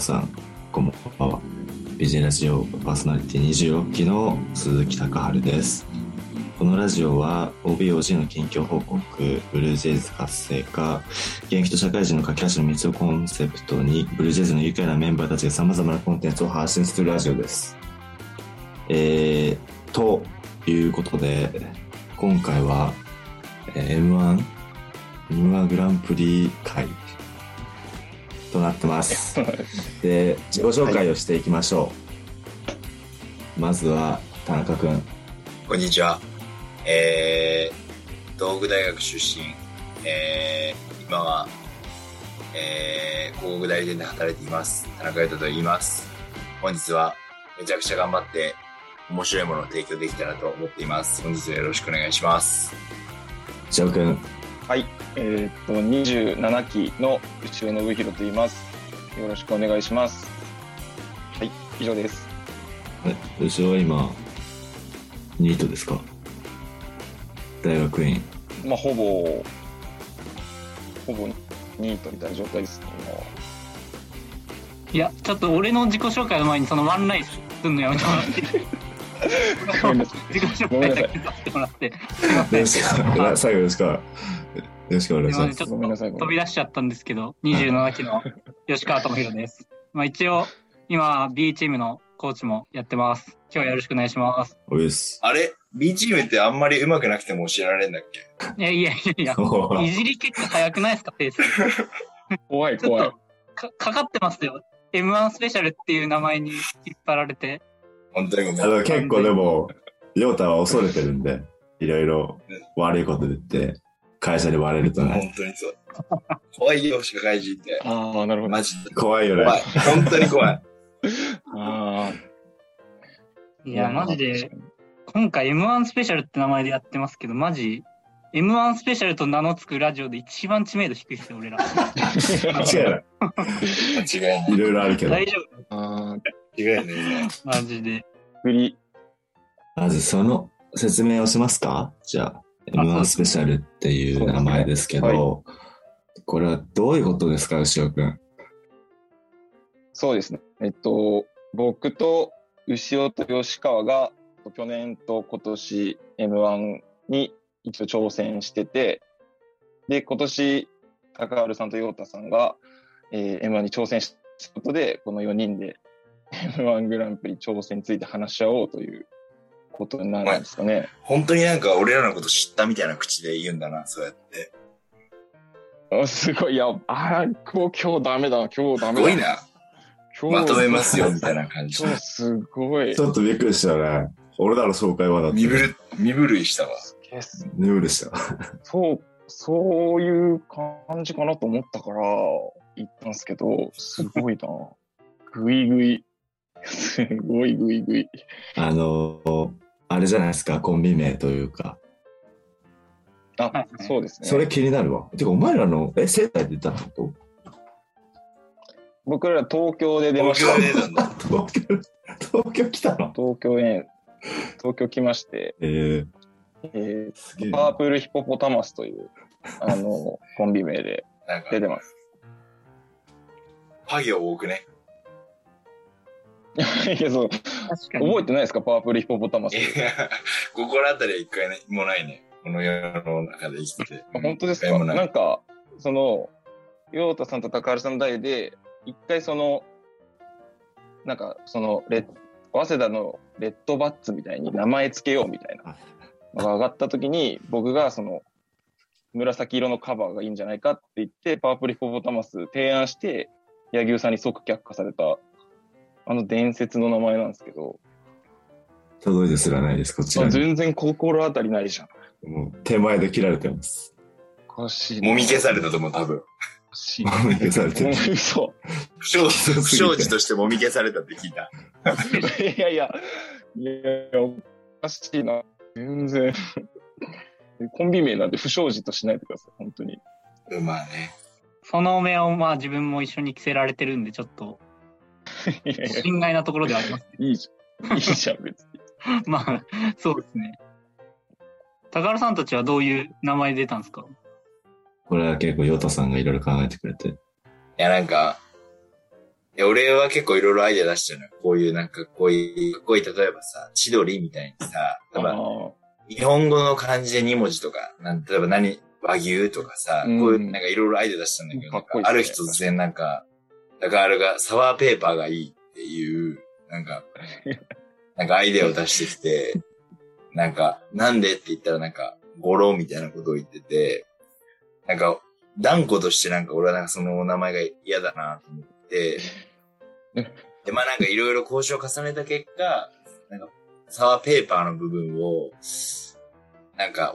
さん、こんばんは。ビジネス用パーソナリティ26期の鈴木隆春です。このラジオは OBOG の近況報告、ブルージェイズ活性化、現役と社会人の架け橋の道をコンセプトに、ブルージェイズの愉快なメンバーたちが様々なコンテンツを発信するラジオです。えー、ということで、今回は、えー M1、M1 グランプリ会となってます。で自己紹介をしていきましょう、まずは田中君こんにちは。えー、道具大学出身、えー、今は、えー、広告代理店で働いています。田中裕太と言います。本日は、めちゃくちゃ頑張って、面白いものを提供できたらと思っています。本日はよろしくお願いします。翔くんえーっと27期の後ろ信弘と言います。よろしくお願いします。はい、以上です。え後ろは今ニートですか大学院まあほぼほぼニートみたいな状態ですね。もいや、ちょっと俺の自己紹介の前にそのワンラインすんのやめてもら って。ごめんなさ自己紹介だけさせてもらって。すいません。吉川最後吉川よろしくお願いしますちょっごめんなさいごめんなさいと飛び出しちゃったんですけど、27期の吉川智弘です。まあ一応、今 B チームのコーチもやってます。今日はよろしくお願いします。おいですあれ ?B チームってあんまり上手くなくても教えられるんだっけいやいやいやいや、おーいじり結構早くないですか、ペース。う怖いちょっ怖いと。か、かかってますよ。M1 スペシャルっていう名前に引っ張られて。本当にごめあん。の結構でも亮太は恐れてるんでいろいろ悪いこと言って会社で割れるとね本当にそう。怖いよ、社会人って。ああなるほど。マジで。怖いよ怖いね。本当に怖い。ああいや、マジで。今回 M1 スペシャルって名前でやってますけど、マジ、M1 スペシャルと名の付くラジオで一番知名度低いですよ、俺ら。違う間違いない。いろいろあるけど大丈夫ああ間違いない。マジで。振りまずその説明をしますかじゃあ、あ M1 スペシャルっていう名前ですけど、これはどういうことですか、牛尾くん。そうですね。えっと僕と牛尾と吉川が去年と今年 M1 に一応挑戦してて、で、今年、高春さんと陽太さんが、えー M1 に挑戦したことで、この4人で M1 グランプリ挑戦について話し合おうということになるんですかね。本当になんか俺らのこと知ったみたいな口で言うんだな、そうやって。あすごい、いや、あーこう今日ダメだな、今日ダすメごだいな。今日まとめますよ、みたいな感じ今。日すごい。ちょっとびっくりしたよね。俺らの紹介はだって。身震、身震いしたわ。すげえっすニュールした。そう、そういう感じかなと思ったから、行ったんですけど、すごいな。 ぐいぐい。すごいぐいぐい。あの、あれじゃないですか、コンビ名というか。あ、はいそうですね。それ気になるわ。てか、お前らの、え、仙台で出たのこ僕ら東京で出ま東し京。でたなんだ。東京、東京来たの東京へ、東京来まして、えー、えすげえー、な。パープルヒポポタマスという、あの、コンビ名でなん出てか、ます。パ行多くね。 いや、そう、確かに。覚えてないですかパープルヒポポタマスい。や心当たりは一回ねもないね。この世の中で生きてて。あ本当です一か回もなないんか、その、陽太さんと高橋さんの代で、一回その、なんか、その、レッ早稲田のレッドバッツみたいに名前つけようみたいなのが上がった時に、僕がその、紫色のカバーがいいんじゃないかって言って、パープリフォーボタマス提案して、柳生さんに即却下された、あの伝説の名前なんですけど、届いてすらないです、こちらあに。全然心当たりないじゃん。もう、手前で切られて ます。おかしいな。もみ消されたと思う、多分。おかしいもな。 み消されてる。 嘘。不祥事、不祥事としてもみ消されたって聞いた。いやいや、いやいや、おかしいな。全然。コンビ名なんで不祥事としないでください、本当に。うんまあね。その目をまあ自分も一緒に着せられてるんで、ちょっと、いやいや、心外なところではあります。 いいじゃん。いいじゃん、別に。まあ、そうですね。高原さんたちはどういう名前で出たんですかこれは結構、ヨタさんがいろいろ考えてくれて。いや、なんか、いや俺は結構いろいろアイデア出してるのよ。こういうなんか、こういう、かっこいい、例えばさ、千鳥みたいにさ、例えば、日本語の漢字で2文字とか、なん例えば何、和牛とかさ、うんこういう、なんかいろいろアイデア出したんだけど、かなっんこいかいっすねある日突然なんか、だからあれがサワーペーパーがいいっていう、なん か、なんかアイデアを出してきて、なんか、なんでって言ったらなんか、語呂みたいなことを言ってて、なんか、断固としてなんか俺はなんかそのお名前が嫌だなと思って、で、まあなんかいろいろ交渉を重ねた結果、なんか、サワーペーパーの部分を、なんか、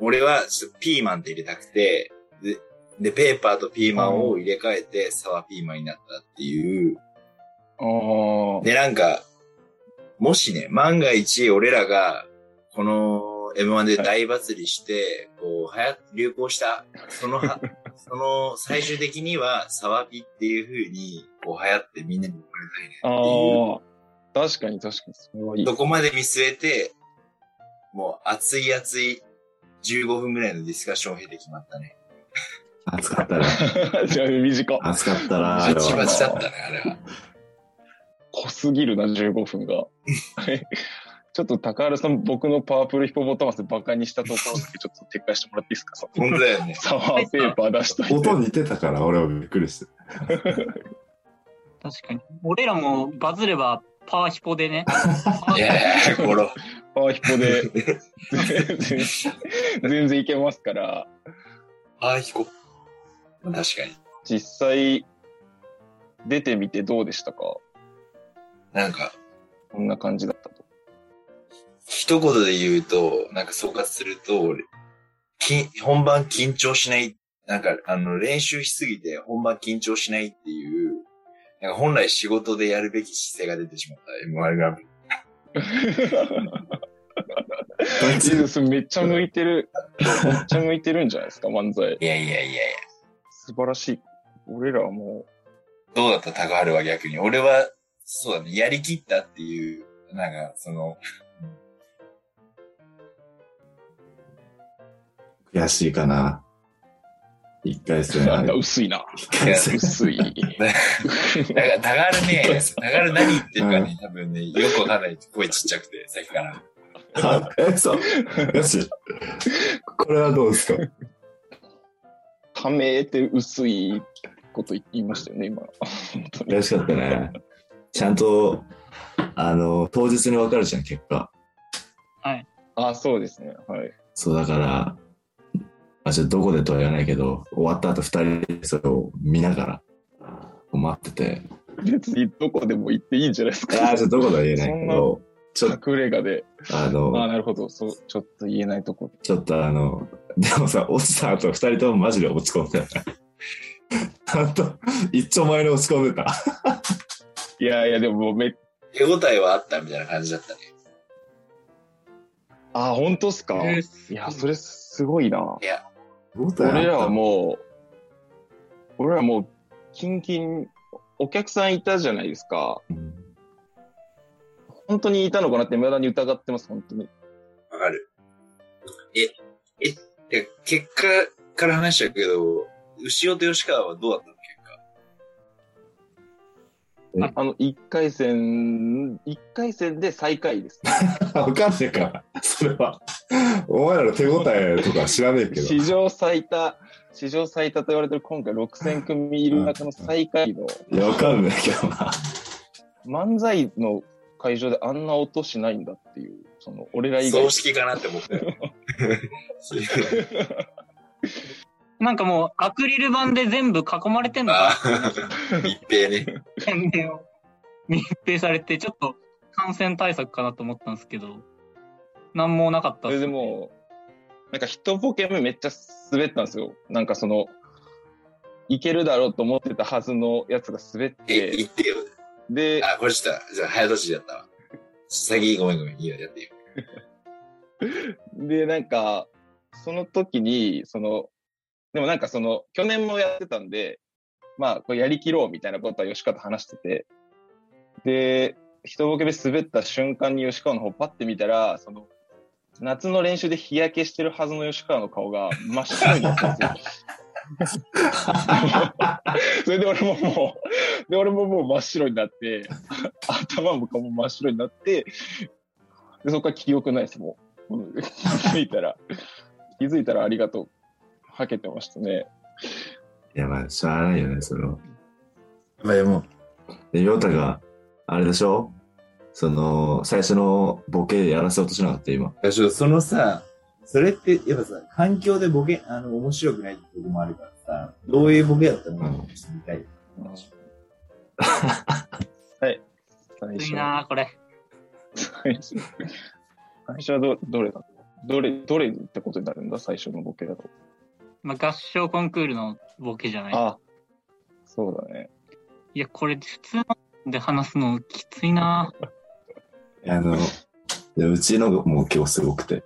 お俺はちょっとピーマンって入れたくて、で、でペーパーとピーマンを入れ替えて、サワーピーマンになったっていう。あーで、なんか、もしね、万が一俺らが、この M1 で大祭りして、こう、流行、流行した、そのは、その、最終的には、サワピっていう風に、こう流行ってみんなに怒られたいねあー。確かに確かに。それはいいど。こまで見据えて、もう熱い熱い15分ぐらいのディスカッションを経て決まったね。暑か ったら、 じゃあ短っ。暑かったら、あバれはチバチだったね、あれは。濃すぎるな、15分が。 ちょっと高原さん、僕のパープルヒポポタマスバカにしたところだけちょっと撤回してもらっていいですか本当だよ ね。サワーペーパー出しといて。音似てたから俺はびっくりして。確かに。俺らもバズればパーヒポでね。いやいや、ゴロ。パワーヒポで 全然、全然いけますから、 あーひこ。確かに。実際、出てみてどうでしたかなんか、こんな感じだっ たと。一言で言うと、なんか総括すると、俺き本番緊張しない、なんかあの練習しすぎて本番緊張しないっていう、なんか本来仕事でやるべき姿勢が出てしまった、M1 グランプリ。ジーズスめっちゃ向いてる、めっちゃ向いてるんじゃないですか、漫才。いやいやいやいや。素晴らしい。俺らはもどうだった高春は逆に。俺は、そうだね、やりきったっていう、なんか、その、悔しいかな。一回う、戦、なんだ、薄いな。一回戦。薄い。だから高春ね、高春何言ってるかね、多分ね、よくわかんない。声ちっちゃくて、さっきから。あ え、そう。よし。これはどうですかためて薄いこと言いましたよね、今。本当に悔しかったね。ちゃんと、あの、当日に分かるじゃん、結果。あ、そうですね。はい。そう、だから、まあ、ちょっとどこでとは言わないけど、終わった後二人でそれを見ながら、待ってて。別にどこでも行っていいんじゃないですいやかー、ち。ょっとどこでは言えないけど、ちょっ隠れ家で。と、あああ、の、なるほど。そう、ちょっと言えないとこ。ちょっとあの、でもさ、落ちた後二人ともマジで落ち込んでた よね。ちゃんと、一丁前に落ち込んでた。いやいや、でももうめ手応えはあったみたいな感じだったね。ああ、本当っすか。いや、それすごいな。俺らはもう、俺らもう、キンキン、お客さんいたじゃないですか。うん本当にいたのかなって無駄に疑ってます、本当に。わかる。え、え、てか結果から話したけど、牛尾と吉川はどうだったのあの、一回戦、一回戦で最下位です。 わかんねえから、それは。お前らの手応えとか知らねえけ ど。史上最多、史上最多と言われてる今回6000組いる中の最下位の、いや、わかんねえけどな。漫才の会場であんな音しないんだっていう、その、俺ら以外葬。式かなって思 ったよ。なんかもうアクリル板で全部囲まれてんのあか あ、密閉ね。な全面を密閉されて、ちょっと感染対策かなと思ったんですけど、なんもなかったそっすれでもう、なんか一ボケ目めっちゃ滑ったんですよ。なんかその、いけるだろうと思ってたはずのやつが滑っえ、て、言ってよ。で、あ、これちょっと、じゃあ早年だったわ。先ごめんごめん、いいよ、やってよ。で、なんか、その時に、その、でもなんかその、去年もやってたんで、まあ、これやりきろうみたいなことは吉川と話してて、で、一ボケで滑った瞬間に吉川の方パッて見たら、その、夏の練習で日焼けしてるはずの吉川の顔が真っ白になったんですよ。それで俺ももう、で、俺ももう真っ白になって、頭も顔も真っ白になって、でそこから記憶ないです、もう。うん気づいたら、気づいたらありがとう。はけてましたね。いや、まあ、しゃあないよね、それは。まあでも、で、ヨタが、あれでしょその、最初のボケでやらせようとしなかった、今。いやちょっとそのさ、それって、やっぱさ、環境でボケ、あの、面白くないってこともあるからさ、どういうボケだったのかも知りたい。最むずい初。なあこれ。最初最初はどどれだどれ、どれってことになるんだ、最初のボケだと。まあ、合唱コンクールのボケじゃない。あ、そうだね。いや、これ普通ので話すのきついなああの、でうちのも今日すごくて。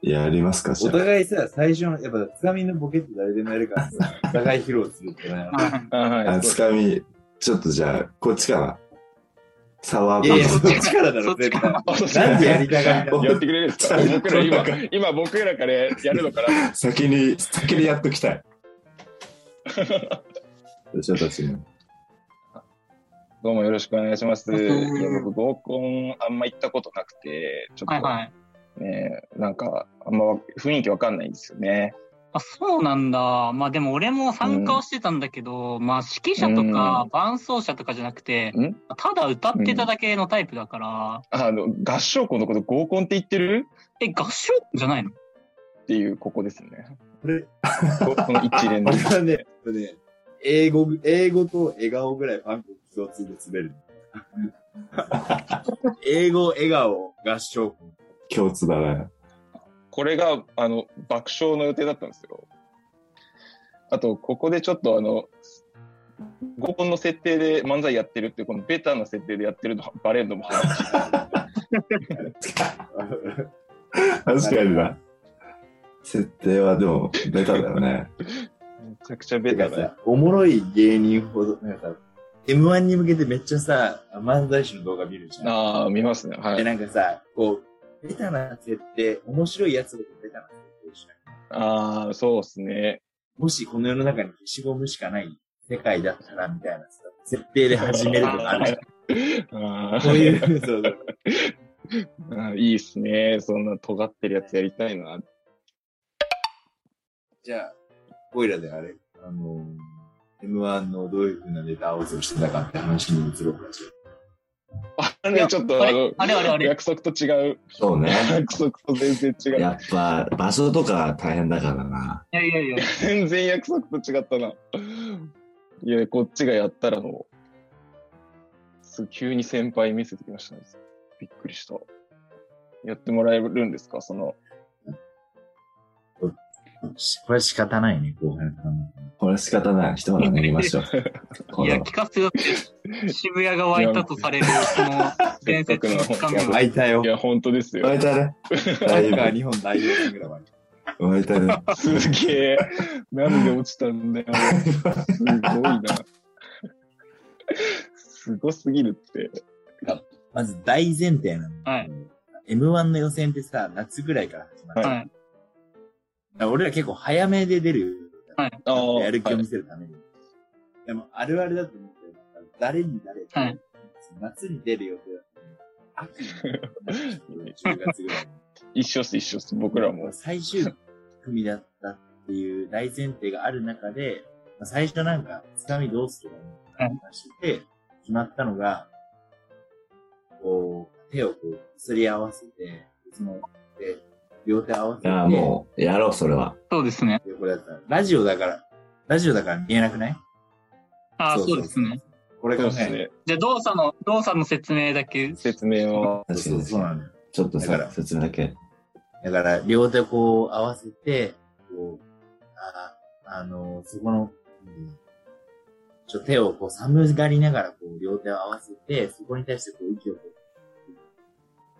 やりますか、じおゃあ。互いさ、最初の、やっぱ、つかみのボケって誰でもやるからさ、お互い披露するってな。うん あ、はあい。つそうかみ、ちょっとじゃあ、こっちから。サワいーパやいンや、そっちからだそろ、っち絶か対。あそうなんでやりたがりなのやってくれるんですかそう僕ら今、今僕らからやるのかな先に、先にやっときたい。うちのたちに。どうもよろしくお願いします。うんいや僕、合コンあんま行ったことなくて、ちょはいっはい。とね、なんか、あんまわ雰囲気わかんないんですよね。あ、そうなんだ。まあでも俺も参加をしてたんだけど、まあ指揮者とうか伴奏者とかじゃなくて、んただ歌ってただけのタイプだから、あの、合唱校のこと合コンって言ってるえ、合唱じゃないのっていう、ここですね。これ、ここの一連このれ。はね、これね英語、英語と笑顔ぐらいファンク共通で滑る。英語、笑顔、合唱。共通だね。これが、あの、爆笑の予定だったんですよ。あと、ここでちょっとあの、合コンの設定で漫才やってるっていう、このベタな設定でやってるのバレるのも腹立ち確かにな。設定はでも、ベタだよね。めちゃくちゃてベタかだよ。さ、おもろい芸人ほど、なんかさ、M1 に向けてめっちゃさ、漫才師の動画見るじゃん。ああ、見ますね。はで、い。なんかさ、こう、ベタな設定、面白いやつほどベタな設定しない。ああ、そうですね。もしこの世の中に消しゴムしかない世界だったら、みたいなさ、設定で始めるとかある じゃん。あこういう、そうそう。あ、いいっすね。そんな尖ってるやつやりたいな。じゃあ、オイラであれ、あのー、M1 のどういう風なネタ合わせをしてたかって話に移ろうかしあいれ、やちょっあと、れあの、あれあれあれ約束と違う。そうね。約束と全然違う。やっぱ、場所とか大変だからな。いやいやいや、全然約束と違ったな。いや、こっちがやったらもう、すぐ急に先輩見せてきましたね。びっくりした。やってもらえるんですかその、ら。これ仕方ないね、後半これ仕方ない。一晩寝りましょう。こいやの聞かせてください。渋谷が湧いたとされる、その伝説のつかみを。空いたよい。や、本当です湧よい。たね。サだいッぶカー日本代表戦ぐらいは。湧いたね。すげえ。なんで落ちたんだよ。すごいな。すごすぎるって。まず大前提なの。はい。 M1 の予選ってさ、夏ぐらいから始まる。はだかい。ら俺ら結構早めで出る。ああやる気をは見いせるために。でも、あるあるだと思って誰に誰に、はい夏に出る予定だったのに。秋に、10月ぐらいに。一緒っす、一緒っす。僕らも。最終組だったっていう大前提がある中で、まあ最初なんか、つかみどうするかみたいな話して、決まったのが、こう、手をこう、すり合わせて、その、で、両手合わせいて、や、もう、やろう、それは。そうですね。でこれだったら、ラジオだから、ラジオだから見えなくないああ、そうですね。。これそう考っすえないね。じゃあ動作の、動作の説明だけ。説明を。そう確かそう、に。そうなんだよ。ちょっとだかさ、ら説明だけ。だから、両手こう合わせて、こう、あ、あの、そこの、うんちょ、手をこう寒がりながら、こう、両手を合わせて、そこに対してこう、息をこう、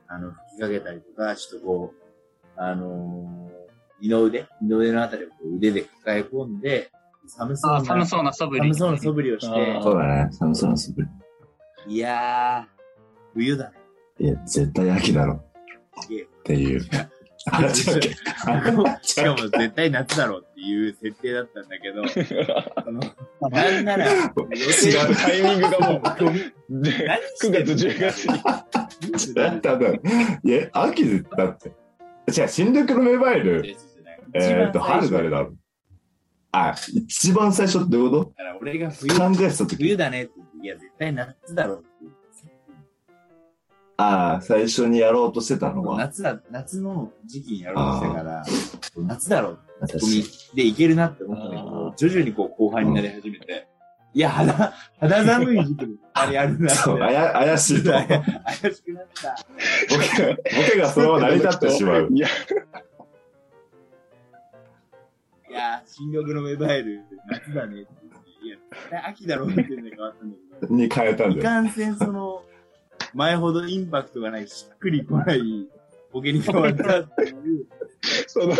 あの、吹きかけたりとか、ちょっとこう、あのー二の腕二の腕のあたりをこう腕で抱え込んで、寒そうあな、あ、寒そうな素振り。寒そうな素振りをしてあ、そうだね。寒そうな素振いやー、冬だね。り。いや、絶対秋だろ。すげえっていう。あっちゃうっけ しかも絶対夏だろうっていう設定だったんだけど、そのなんなら、知らタイミングがもう、で何し9てん月の10月に。だったんだ。いや、秋だって。じゃあ、新緑の芽生える、えっと、春誰だろう。あ、一番最初ってこだから俺がと冬勘違いした時冬だねって言って、いや、絶対夏だろうって言ってああ、最初にやろうとしてたのは。夏だ、夏の時期にやろうとしたから、夏だろうっ確てツッコミでいけるなって思ったんだけど、徐々にこう後半になり始めて、いや、肌、肌寒い時期もあれあるなって。そうあや怪しいと。ボケ 怪しくなった。ボケがそのまま成り立ってしまう。いや、いやー、新緑の芽生える夏だねって言って。いや、絶対秋だろうっていうのが変わったんだけに変えたど、んいだよ。かんせんその、前ほどインパクトがない、しっくりこない、ボケに変わったっていう。その、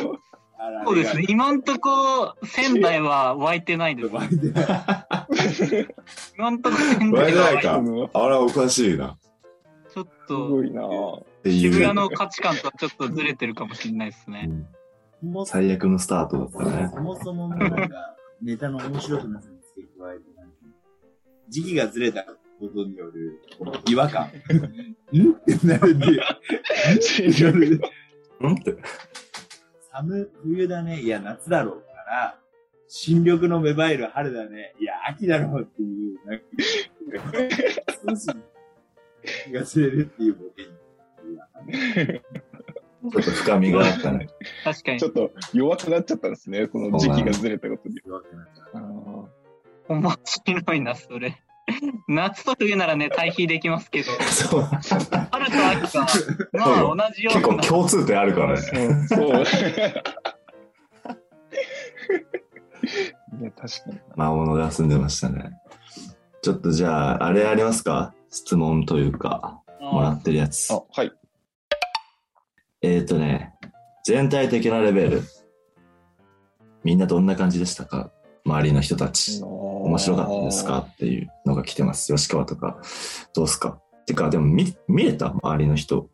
あらそうですね。。今んとこ、仙台は湧いてな いです。湧いてない今んとこ仙台は湧いてないあそのあれはおかしいな。っちょっすと、ごいなぁてい渋う谷。の価値観とはちょっとずれてるかもしれないですうね。んそもそ最悪のスタートだったね。もそもなんか、ネタの面白くなさに付け加えてない、時期がずれたことによる違和感。んってなるんで、新緑のうんって。寒、冬だね。いや、夏だろうから、新緑の芽生える春だね。いや、秋だろうっていう、なんか、少し気が知れるっていうボケに。ちょっと深みがあったね。確かにちょ。っと弱くなっちゃったんですね、この時期がずれたことに。面白いな、それ。 夏と冬ならね、対比できますけど、そう。春と秋は、そまあ同じよ結う構な。共通点あるからね。うん そう。いや、確かに。魔物が住んでましたね。ちょっとじゃあ、あれありますか質問というか、もらってるやつ。あ、はい。えっ、ー、とね、全体的なレベル。みんなどんな感じでしたか周りの人たち。面面白かったですかっていうのが来てます。吉川とか、どうすかてか、でも見見れた周りの人。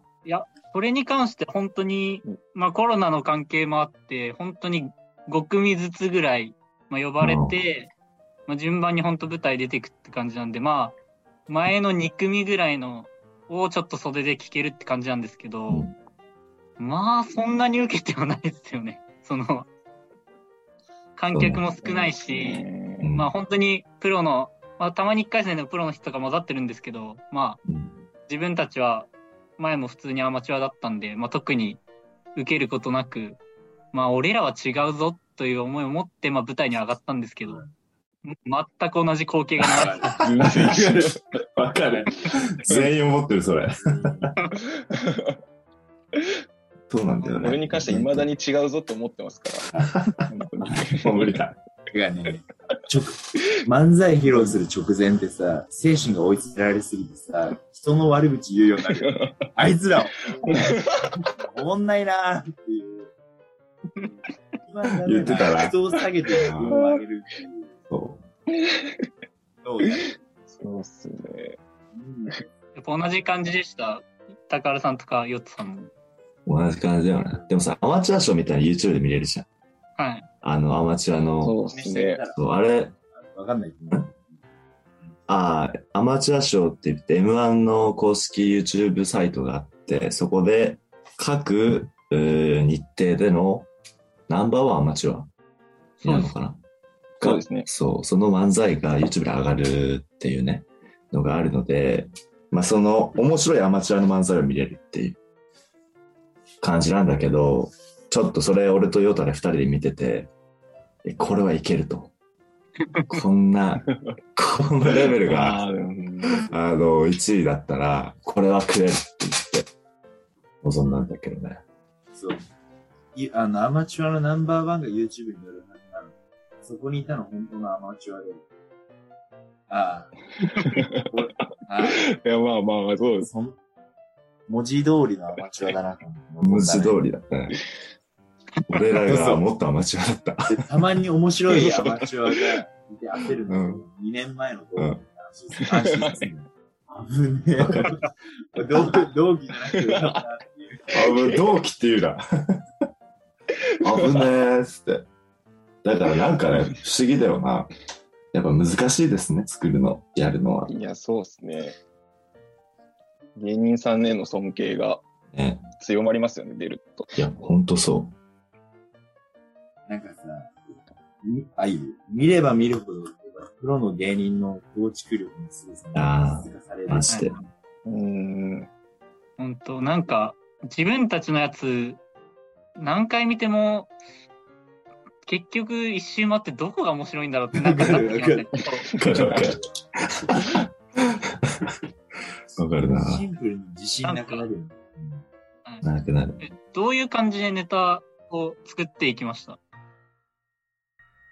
それに関して本当にうん、まあコロナの関係もあって、本当に5組ずつぐらい、まあ、呼ばれて、まあ、順番に本当舞台出てくって感じなんで、まあ前の2組ぐらいのをちょっと袖で聞けるって感じなんですけど、うんまあそんなに受けてはないですよね。 その、観客も少ないし、うんまあ本当にプロの、まあたまに1回戦でもプロの人が混ざってるんですけど、まあうん自分たちは前も普通にアマチュアだったんで、まあ、特に受けることなく、まあ、俺らは違うぞという思いを持って、まあ、舞台に上がったんですけど、全く同じ光景が流れて全然一緒でわかる。 全員思ってる、それ。そうなんだよね。 俺に関してはいまだに違うぞって思ってます から。本当にもう無理だ。がね、直、漫才披露する直前ってさ、精神が追いつけられすぎてさ、人の悪口言うようになる。あいつら、おもんないなーって いう。言ってたな人を下げて自分を上げるっていう。そどうやそうっすね。うんやっぱ同じ感じでした。高原さんとかヨットさんも。う。同じ感じだよね。でもさ、アマチュアショーみたいな YouTube で見れるじゃん。はい。あの、アマチュアの、そうっすね。そうあれ、わかんないけど。ああ、アマチュアショーって言って、M1 の公式 YouTube サイトがあって、そこで各うー日程でのナンバーワンアマチュアになるのかながそうですねそう、その漫才が YouTube で上がるっていうね、のがあるので、まあその面白いアマチュアの漫才を見れるっていう感じなんだけど、ちょっとそれ俺とヨタで二人で見てて、えこれはいけると。こんな、 こんなレベルが。あーでもあの、1位だったら、これはくれるって言って、望んだんだけどね。そう。いあの、アマチュアのナンバーワンが YouTube によるはずなの。そこにいたの本当のアマチュアで。ああ。こあいや、まあまあまあ、そうあ です。そん文字通りのアマチュアだなと思文った字ね。通りだったね。俺らがもっとアマチュアだった。でたまに面白いアマチュアがいて焦るの。うん2年前の動う画ん。安心する。危ねえ。同同期じゃなくてよかったっていう。危同期っていうな危ねえっつってだからなんかね不思議だよなやっぱ難しいですね作るのやるのはいや、そうですね。芸人さんへの尊敬がね強まりますよね、出ると。いやほんとそなんかさ、みあ、いいよ見れば見るほど、プロの芸人の構築力のすごさあー気づかされるマジでうーん。本当なんか自分たちのやつ何回見ても結局一周回ってどこが面白いんだろうってなんかなってきませんうわかるわかる わかる なシンプルに自信なくなるよね。なくなるどういう感じでネタを作っていきました